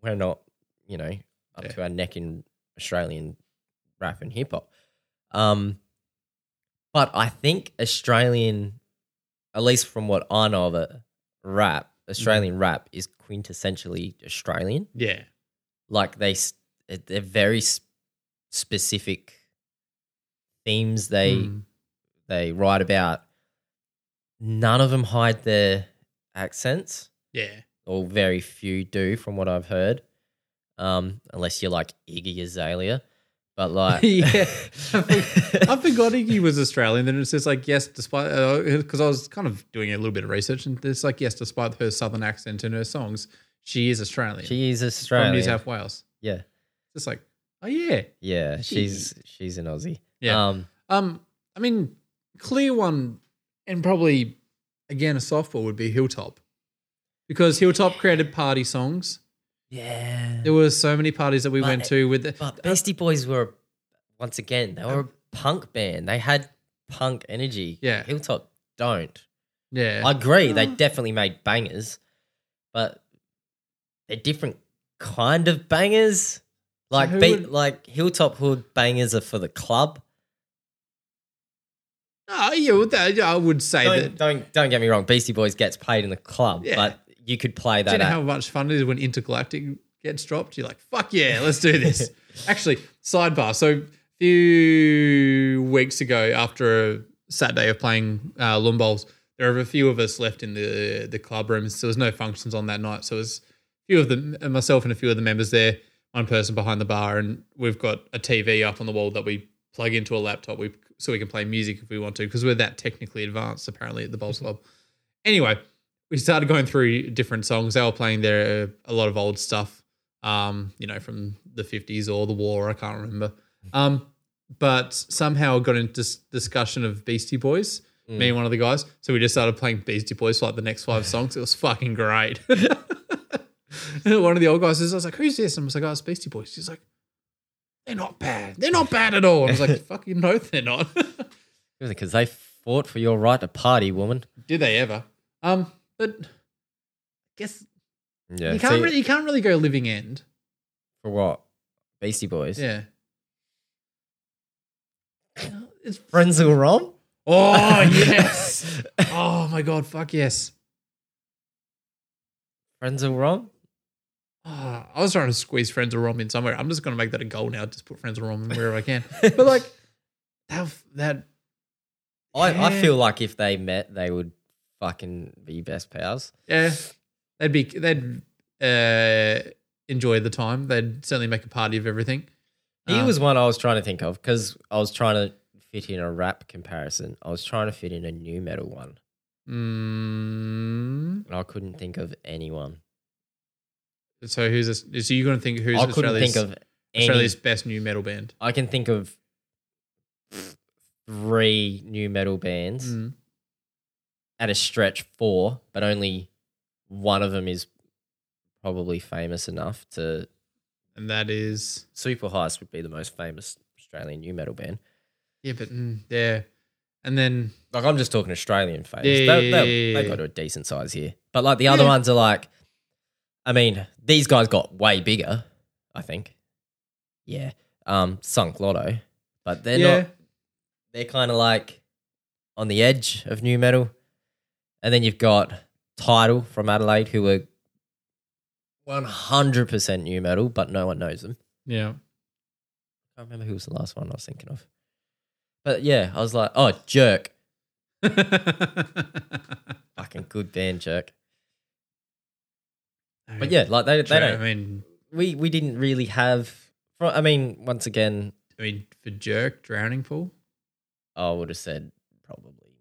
S2: we're not, you know, up
S1: Yeah.
S2: to our neck in Australian rap and hip hop. Um, but I think Australian, at least from what I know of it, rap
S1: Mm.
S2: Australian rap is quintessentially Australian.
S1: yeah
S2: Like they, s- they're very s- specific themes they
S1: Mm.
S2: they write about, none of them hide their accents,
S1: yeah
S2: or very few do, from what I've heard. Um, unless you're like Iggy Azalea, but
S1: [LAUGHS]
S2: like [LAUGHS]
S1: yeah. I forgot Iggy was Australian. Then it's just like yes, despite because I was kind of doing a little bit of research and it's like yes, despite her southern accent in her songs, she is Australian
S2: she is
S1: from New
S2: Australian.
S1: South Wales.
S2: yeah,
S1: It's like oh yeah,
S2: yeah, she's she's an Aussie.
S1: Yeah.
S2: um,
S1: um, I mean clear one and probably again a softball would be Hilltop because Hilltop created party songs.
S2: yeah.
S1: There were so many parties that we
S2: But-
S1: went to with the,
S2: But Beastie Boys were once again they were a punk band. They had punk energy.
S1: Yeah.
S2: Hilltop don't.
S1: yeah,
S2: I agree. They definitely made bangers, but they're different kind of bangers. Like
S1: who
S2: beat,
S1: would-
S2: like Hilltop Hood bangers are for the club.
S1: oh, yeah, well, that, yeah, I would say
S2: Don't,
S1: that.
S2: don't don't get me wrong. Beastie Boys gets paid in the club,
S1: Yeah.
S2: but you could play
S1: Do you
S2: that.
S1: know
S2: At,
S1: how much fun it is when Intergalactic gets dropped? You're like, fuck yeah, let's do this. Actually, sidebar. So a few weeks ago, after a Saturday of playing uh, Lumbols, there were a few of us left in the the club room. So there was no functions on that night. So it was a few of them, myself and a few of the members there, one person behind the bar, and we've got a TV up on the wall that we plug into a laptop we, so we can play music if we want to because we're that technically advanced apparently at the Bowls Club. Anyway, we started going through different songs. They were playing their a lot of old stuff, um, you know, from the fifties or the war. I can't remember. Um, but somehow got into dis- discussion of Beastie Boys. Me and one of the guys. [LAUGHS] So we just started playing Beastie Boys for like the next five songs. It was fucking great. one of the old guys says, I was like, who's this? And I was like, oh, it's Beastie Boys. He's like, they're not bad. They're not bad at all. And I was like, fucking no, they're not. [LAUGHS]
S2: Because they fought for your right to party, woman.
S1: Did they ever? Um, but I guess
S2: Yeah.
S1: you can't
S2: see-
S1: really you can't really go living end.
S2: for what? Beastie Boys.
S1: Yeah. It's
S2: Frenzel Rom?
S1: [LAUGHS]
S2: [LAUGHS]
S1: Oh yes. oh my god, fuck yes. [LAUGHS]
S2: Frenzel Rom?
S1: Ah, I was trying to squeeze friends or rom in somewhere. I'm just gonna make that a goal now. Just put friends or rom in wherever I can. But like that that
S2: I, I
S1: Yeah.
S2: feel like if they met, they would fucking be best pals.
S1: yeah, they'd be they'd uh, enjoy the time. They'd certainly make a party of everything.
S2: He
S1: Um,
S2: was one I was trying to think of because I was trying to fit in a rap comparison. I was trying to fit in a new metal one,
S1: Mm,
S2: and I couldn't think of anyone.
S1: so who's this, so you gonna think who's
S2: I couldn't
S1: Australia's
S2: think of any.
S1: Australia's best new metal band?
S2: I can think of three new metal bands
S1: Mm.
S2: at a stretch, four, but only one of them is probably famous enough to
S1: And that is
S2: Super Heist would be the most famous Australian new metal band.
S1: yeah, but mm, yeah, and then
S2: Like I'm just talking Australian fans.
S1: Yeah,
S2: they,
S1: yeah,
S2: they,
S1: yeah,
S2: they
S1: yeah.
S2: got to a decent size here, but like the other
S1: Yeah.
S2: ones are like, I mean, these guys got way bigger. I think, yeah. Um, Sunk Lotto, but they're
S1: yeah,
S2: not. They're kind of like on the edge of new metal, and then you've got Tidal from Adelaide, who are one hundred percent new metal, but no one knows them.
S1: [LAUGHS] yeah.
S2: I can't remember who was the last one I was thinking of, but yeah, I was like, oh, Jerk, fucking good band, Jerk. But yeah, like they, they
S1: True, I
S2: don't.
S1: mean,
S2: We we didn't really have. fro- I mean, once again,
S1: I mean, for jerk, drowning pool.
S2: I would have said probably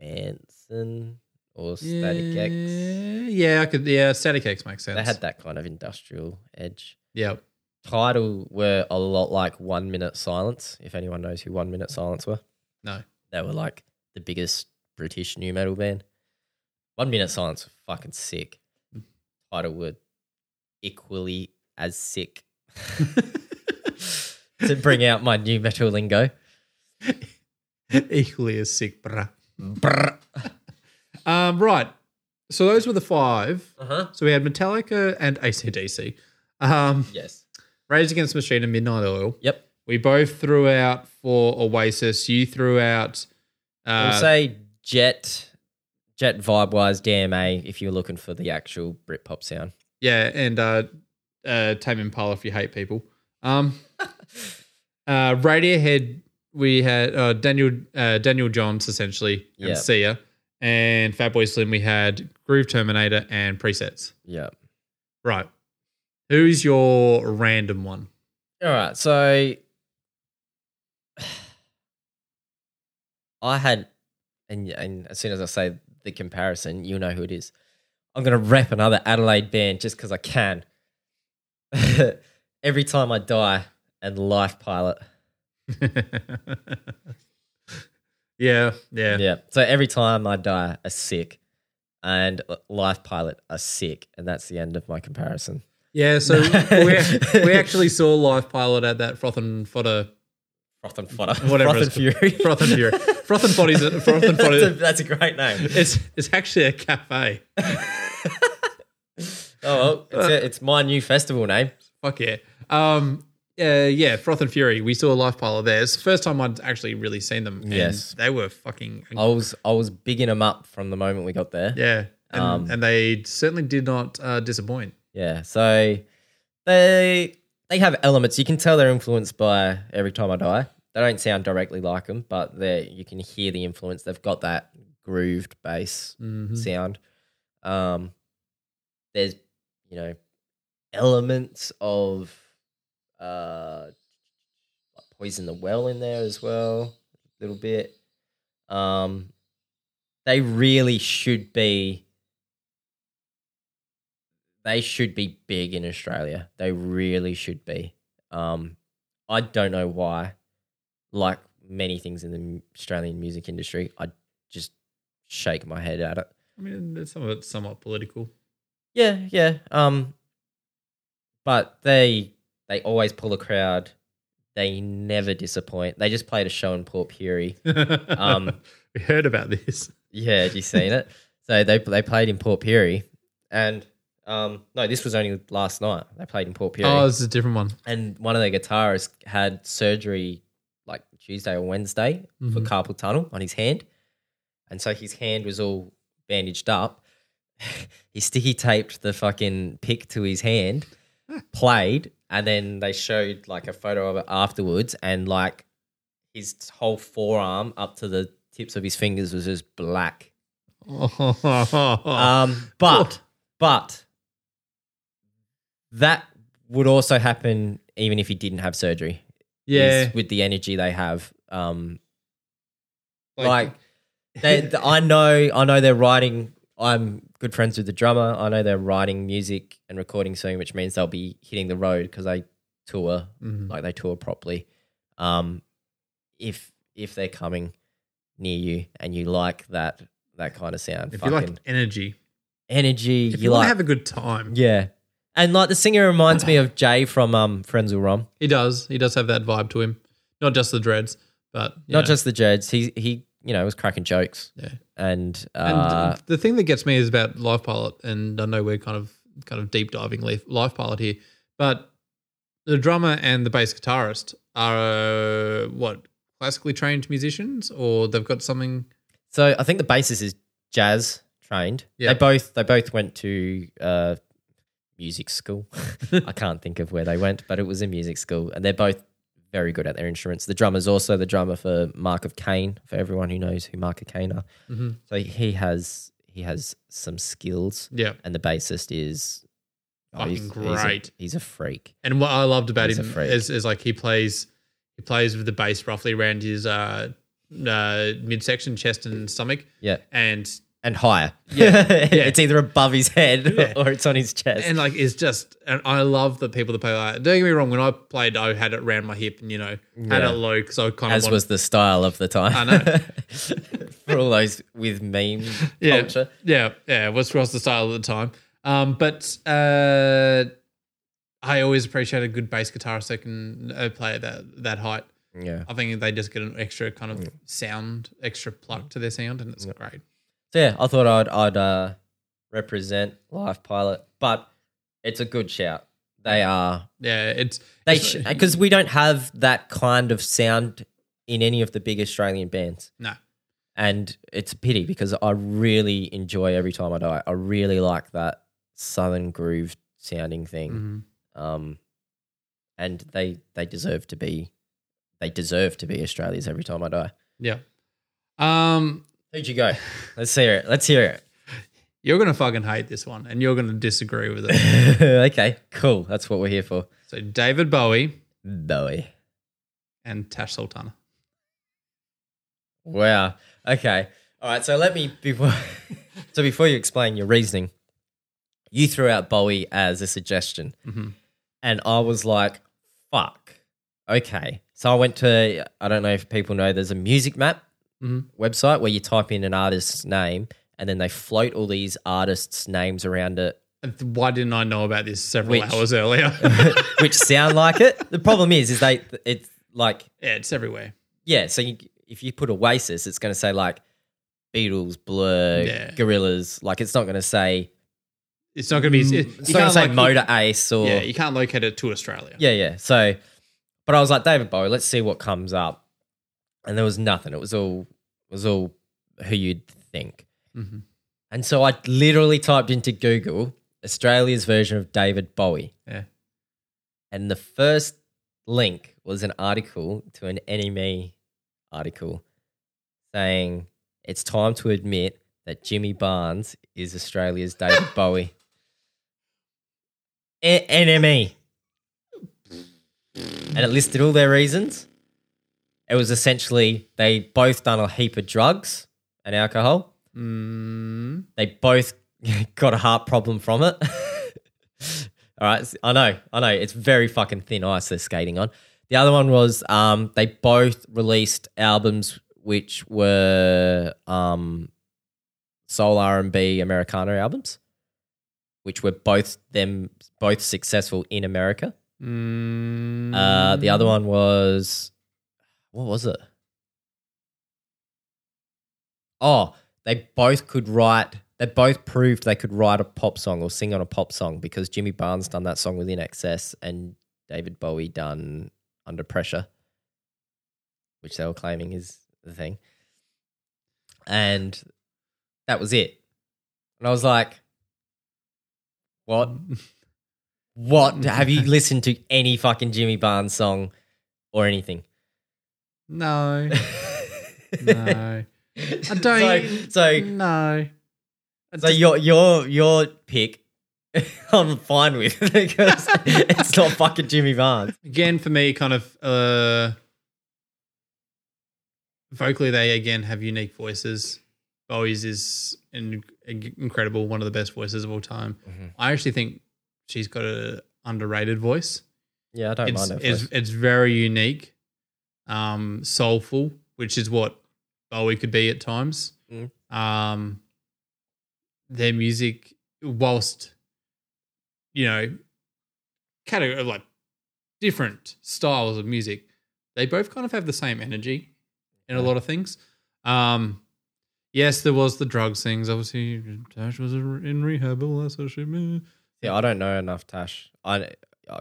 S2: Manson or Static X.
S1: Yeah, I could. Yeah, static X makes sense.
S2: They had that kind of industrial edge.
S1: yeah,
S2: Title were a lot like One Minute Silence. If anyone knows who One Minute Silence were,
S1: No.
S2: they were like the biggest British new metal band. One Minute Silence were fucking sick.
S1: Mm.
S2: Title were equally
S1: [LAUGHS]
S2: as sick. [LAUGHS] to bring out my new metal lingo.
S1: [LAUGHS] equally as sick, bruh.
S2: Brr.
S1: [LAUGHS] Um, right. So those were the five.
S2: Uh-huh.
S1: So we had Metallica and ACDC. Um,
S2: Yes.
S1: Rage Against the Machine and Midnight Oil.
S2: Yep.
S1: We both threw out for Oasis. You threw out.
S2: We'll
S1: Uh,
S2: say Jet, Jet vibe wise, DMA. If you're looking for the actual Britpop sound,
S1: yeah, and uh, uh, Tame Impala if you hate people.
S2: [LAUGHS]
S1: Um, uh, Radiohead. We had uh, Daniel uh, Daniel Johns essentially and
S2: Yep.
S1: Sia, and Fatboy Slim. We had Groove Terminator and presets.
S2: yeah.
S1: Right. Who's your random one? [LAUGHS]
S2: All right, so [SIGHS] I had, and and as soon as I say the comparison, you know who it is. I'm gonna rep another Adelaide band just because I can. [LAUGHS] Every time I die, and Life Pilot.
S1: yeah, yeah,
S2: Yeah. So every time I die, a sick, and Life Pilot a sick, and that's the end of my comparison.
S1: yeah.
S2: [LAUGHS]
S1: So we, we actually saw Life Pilot at that froth and fodder,
S2: Froth and [LAUGHS] fodder.
S1: Whatever
S2: Froth and
S1: it's called.
S2: fury.
S1: froth and fury, froth and bodies, froth and
S2: [LAUGHS] that's, a,
S1: bodies.
S2: that's a great name.
S1: It's it's actually a cafe.
S2: Oh, well, it's,
S1: Uh,
S2: it's my new festival name.
S1: Fuck yeah. Um. Uh, yeah, Froth and Fury. We saw Life Pilot there. It's the first time I'd actually really seen them. and
S2: Yes. Oh,
S1: they were fucking
S2: I was I was bigging them up from the moment we got there.
S1: yeah, and,
S2: Um,
S1: and they certainly did not uh, disappoint.
S2: Yeah, So they they have elements. You can tell they're influenced by Every Time I Die. They don't sound directly like them, but they you can hear the influence. They've got that grooved bass
S1: Mhm.
S2: sound. Um, there's you know elements of uh, like poison the well in there as well, a little bit. Um, they really should be. They should be big in Australia. They really should be. Um, I don't know why. Like many things in the m- Australian music industry, I just shake my head at it.
S1: I mean, some of it's somewhat political.
S2: Yeah, yeah. Um, But they they always pull a crowd. They never disappoint. They just played a show in Port Pirie. Um,
S1: [LAUGHS] we heard about this.
S2: Yeah, have you seen it? [LAUGHS] So they they played in Port Pirie, and um, no, this was only last night. They played in Port Pirie,
S1: Oh, this is a different one. [LAUGHS]
S2: and one of their guitarists had surgery like Tuesday or Wednesday for
S1: Mhm.
S2: carpal tunnel on his hand, and so his hand was all bandaged up. [LAUGHS] he sticky taped the fucking pick to his hand, played, and then they showed like a photo of it afterwards, and like his whole forearm up to the tips of his fingers was just black.
S1: Oh.
S2: Um, but
S1: Cool.
S2: but that would also happen even if he didn't have surgery.
S1: yeah,
S2: is with the energy they have, um,
S1: like,
S2: like
S1: [LAUGHS]
S2: they, th- I know, I know they're writing. I'm good friends with the drummer. I know they're writing music and recording soon, which means they'll be hitting the road because they tour
S1: Mhm.
S2: like they tour properly. Um, if if they're coming near you and you like that that kind of sound,
S1: if you
S2: fucking
S1: like energy,
S2: energy,
S1: if you,
S2: you
S1: want to
S2: like
S1: have a good time,
S2: yeah. And like the
S1: [COUGHS]
S2: singer reminds me of Jay from um, Friends Will Rom.
S1: he does. He does have that vibe to him. Not just the dreads, but you
S2: Not
S1: know,
S2: just the Jeds. He he, you know, was cracking jokes.
S1: Yeah.
S2: And,
S1: And um,
S2: uh,
S1: the thing that gets me is about Life Pilot, and I know we're kind of kind of deep diving Leaf- Life Pilot here, but the drummer and the bass guitarist are uh, what classically trained musicians, or they've got something.
S2: so I think the bassist is jazz trained.
S1: Yeah.
S2: They both they both went to uh, music school. [LAUGHS] I can't think of where they went, but it was a music school, and they're both very good at their instruments. The drummer's also the drummer for Mark of Cain. For everyone who knows who Mark of Cain are,
S1: Mhm.
S2: so he has he has some skills.
S1: Yeah,
S2: and the bassist is oh, he's-
S1: Fucking
S2: he's a-
S1: great.
S2: He's a, freak.
S1: and what I loved about
S2: He's a
S1: him
S2: freak.
S1: is, is like he plays he plays with the bass roughly around his uh, uh, midsection, chest, and stomach,
S2: Yeah,
S1: and
S2: and higher.
S1: Yeah.
S2: [LAUGHS] it's either above his head
S1: Yeah.
S2: [LAUGHS] or it's on his chest.
S1: and like it's just and I love that people that play like. Don't get me wrong, when I played, I had it around my hip, and you know, had
S2: Yeah.
S1: it low because I kind of
S2: as
S1: wanted
S2: was the style of the time.
S1: I know.
S2: [LAUGHS] For all those with meme
S1: yeah,
S2: culture.
S1: Yeah, yeah, it was was the style at the time. Um, but uh, I always appreciate a good bass guitarist that can uh, play at that that height.
S2: Yeah.
S1: I think they just get an extra kind of sound, extra pluck to their sound, and it's great.
S2: So yeah, I thought I'd I'd uh, represent Life Pilot, but it's a good shout. They are
S1: Yeah, it's
S2: they
S1: it's-
S2: because we don't have that kind of sound in any of the big Australian bands.
S1: no,
S2: and it's a pity because I really enjoy every time I die. I really like that southern groove sounding thing,
S1: Mhm.
S2: um, and they they deserve to be they deserve to be Australia's every time I die.
S1: yeah. Um,
S2: Who'd you go? Let's hear it. Let's hear
S1: you're gonna fucking hate this one, and you're gonna disagree with
S2: [LAUGHS]
S1: it.
S2: it. okay, cool. That's what we're here for,
S1: so David Bowie
S2: Bowie.
S1: and Tash Sultana.
S2: Wow. Okay. All right. So let me before. [LAUGHS] so before you explain your reasoning, you threw out Bowie as a suggestion,
S1: Mhm.
S2: and I was like, "Fuck." Okay. So I went to. I don't know if people know. There's a music map
S1: Mhm.
S2: website where you type in an artist's name, and then they float all these artists' names around it [COUGHS]
S1: And th- Why didn't I know about this several
S2: Which-
S1: hours earlier?
S2: which sound like it. The problem is, is they it's like
S1: yeah, it's everywhere.
S2: yeah. So you, if you put Oasis, it's going to say like Beatles, Blur,
S1: Yeah.
S2: Gorillas. Like it's not going to say
S1: It's not gonna be. It's,
S2: Mm, it's not going to say
S1: like,
S2: Motor Ace or
S1: Yeah,
S2: yeah,
S1: you can't locate it to Australia.
S2: yeah, So, but I was like David Bowie. Let's see what comes up, and there was nothing. It was all it was all who you'd think.
S1: Mhm.
S2: And so I literally typed into Google Australia's version of David Bowie.
S1: Yeah.
S2: And the first link was an article to an NME article saying it's time to admit that Jimmy Barnes is Australia's David Bowie. E- NME. And it listed all their reasons. It was essentially they both done a heap of drugs and alcohol.
S1: Mm,
S2: They both [LAUGHS] got a heart problem from it. [LAUGHS] All right, s- I know, I know. It's very fucking thin ice they're skating on. The other one was um, they both released albums which were um, soul R and B Americana albums, which were both them both successful in America.
S1: Mm,
S2: Uh, the other one was what was it? Oh, they both could write. They both proved they could write a pop song or sing on a pop song because Jimmy Barnes done that song with In Excess and David Bowie done Under Pressure, which they were claiming is the thing. And that was it. And I was like, what?
S1: [LAUGHS]
S2: What have you listened to any fucking Jimmy Barnes song
S1: [LAUGHS]
S2: or anything?
S1: no, [LAUGHS] no, I
S2: So,
S1: don't-
S2: so,
S1: no.
S2: so your your your pick, [LAUGHS] I'm fine with [LAUGHS] because it's not fucking Jimmy Barnes.
S1: again for me kind of uh vocally they again have unique voices bowie's is an incredible one of the best voices of all time
S2: Mhm.
S1: i actually think she's got a underrated voice
S2: Yeah, I don't
S1: it's,
S2: mind it.
S1: it's, it's very unique um soulful which is what bowie could be at times
S2: Mm.
S1: um their music whilst you know category like different styles of music they both kind of have the same energy in a lot of things um yes there was the drugs things obviously Tash was in rehab all that sort of shit
S2: yeah, I don't know enough Tash. I, I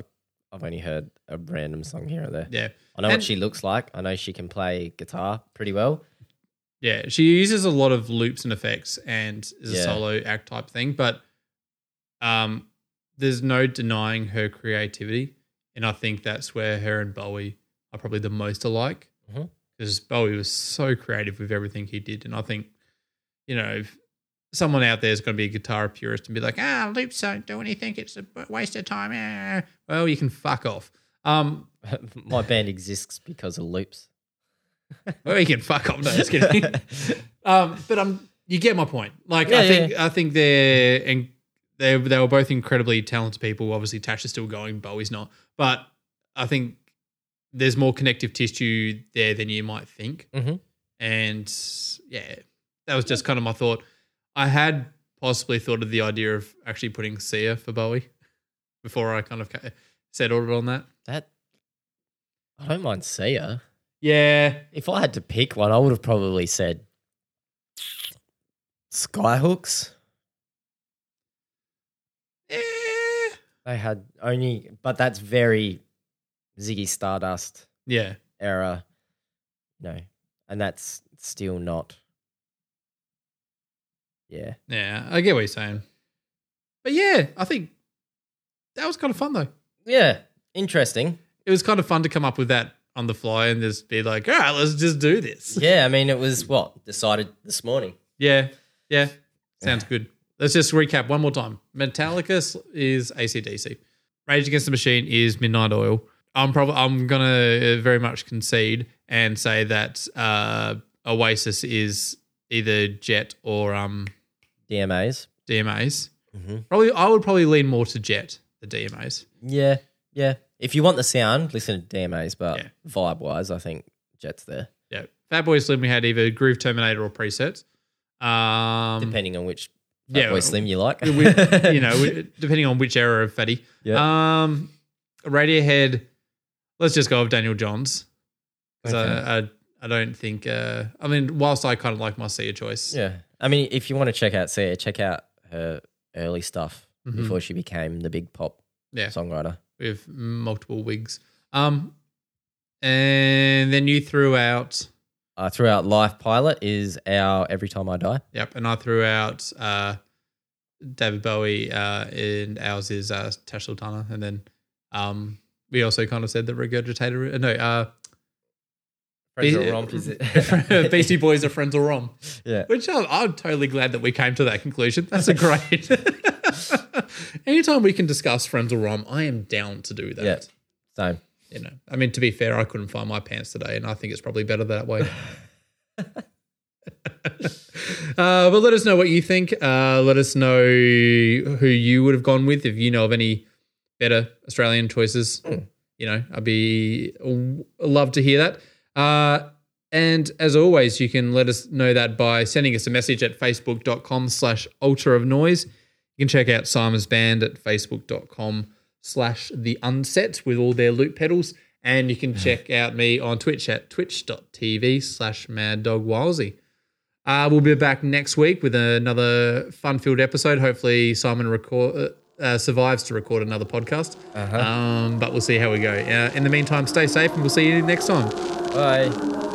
S2: I've only heard a random song here or there.
S1: yeah
S2: I know what
S1: And-
S2: she looks like. I know she can play guitar pretty well. [LAUGHS]
S1: Yeah, she uses a lot of loops and effects and is
S2: Yeah.
S1: a solo act type thing, but um, there's no denying her creativity, and I think that's where her and Bowie are probably the most alike
S2: Mhm.
S1: because Bowie was so creative with everything he did, and I think you know if someone out there is going to be a guitar purist and be like, ah, loops don't do anything, it's a waste of time. Ah. Well, you can fuck off. Um,
S2: My band exists because of loops.
S1: well, you can fuck off. No, just kidding. [LAUGHS] Um, but um, you get my point. Like
S2: Yeah,
S1: I
S2: yeah,
S1: think I think they're and they they were both incredibly talented people. Obviously, Tash is still going, Bowie's not. But I think there's more connective tissue there than you might think.
S2: Mhm.
S1: And yeah, that was just kind of my thought. I had possibly thought of the idea of actually putting Sia for Bowie before I kind of ca- settled on that.
S2: That I don't mind Sia.
S1: Yeah,
S2: If I had to pick one, I would have probably said Skyhooks.
S1: Eh,
S2: They had only, but that's very Ziggy Stardust
S1: yeah.
S2: era, you know, and that's still not. Yeah,
S1: Yeah, I get what you're saying. But yeah, I think that was kind of fun though.
S2: yeah, interesting.
S1: It was kind of fun to come up with that on the fly and just be like, all right, let's just do this.
S2: Yeah, I mean, it was what decided this morning.
S1: Yeah, [LAUGHS] yeah, sounds good. Let's just recap one more time. Metallica s- is ACDC. Rage Against the Machine is Midnight Oil. I'm probably I'm gonna uh, very much concede and say that uh, Oasis is either Jet or um,
S2: DMAs.
S1: DMA's.
S2: Mhm.
S1: Probably I would probably lean more to Jet, the DMA's.
S2: Yeah, yeah. If you want the sound, listen to DMAs, but
S1: Yeah.
S2: vibe wise, I think Jet's there,
S1: Yeah. Fat Boy Slim, we had either Groove Terminator or Presets. Um,
S2: depending on which
S1: yeah,
S2: yeah, boy slim you like.
S1: we- you know, we- depending on which era of Fatty.
S2: [LAUGHS] Yeah.
S1: Um, Radiohead, let's just go with Daniel Johns. 'Cause I, I, I don't think, uh, I mean, whilst I kind of like my Sia choice.
S2: Yeah. I mean, if you want to check out Sia, check out her early stuff before she became the big pop
S1: Mm-hmm. Yeah.
S2: songwriter.
S1: with multiple wigs. Um, and then you threw out,
S2: Uh, throughout Life Pilot is our Every Time I Die.
S1: yep, and I threw out uh, David Bowie, uh, and ours is uh, Tash Sultana, and then um, we also kind of said that regurgitator. uh, No, uh, Be- [LAUGHS] Beastie Boys are friends or rom.
S2: [LAUGHS] yeah.
S1: Which I'm, I'm totally glad that we came to that conclusion. That's a great. [LAUGHS] Anytime we can discuss friends or rom, I am down to do that.
S2: Yeah. Same.
S1: You know, I mean, to be fair, I couldn't find my pants today, and I think it's probably better that way. [LAUGHS] Uh, but let us know what you think. Uh, let us know who you would have gone with if you know of any better Australian choices. You know, I'd be love to hear that. Uh, and as always, you can let us know that by sending us a message at facebook.com slash altar of noise. You can check out Simon's band at facebook.com slash the unsets with all their loop pedals. And you can check out me on Twitch at twitch.tv slash maddogwilesy. Uh, we'll be back next week with another fun-filled episode. Hopefully, Simon record, uh, uh, survives to record another podcast. Um, but we'll see how we go. Uh, in the meantime, stay safe, and we'll see you next time.
S2: Bye.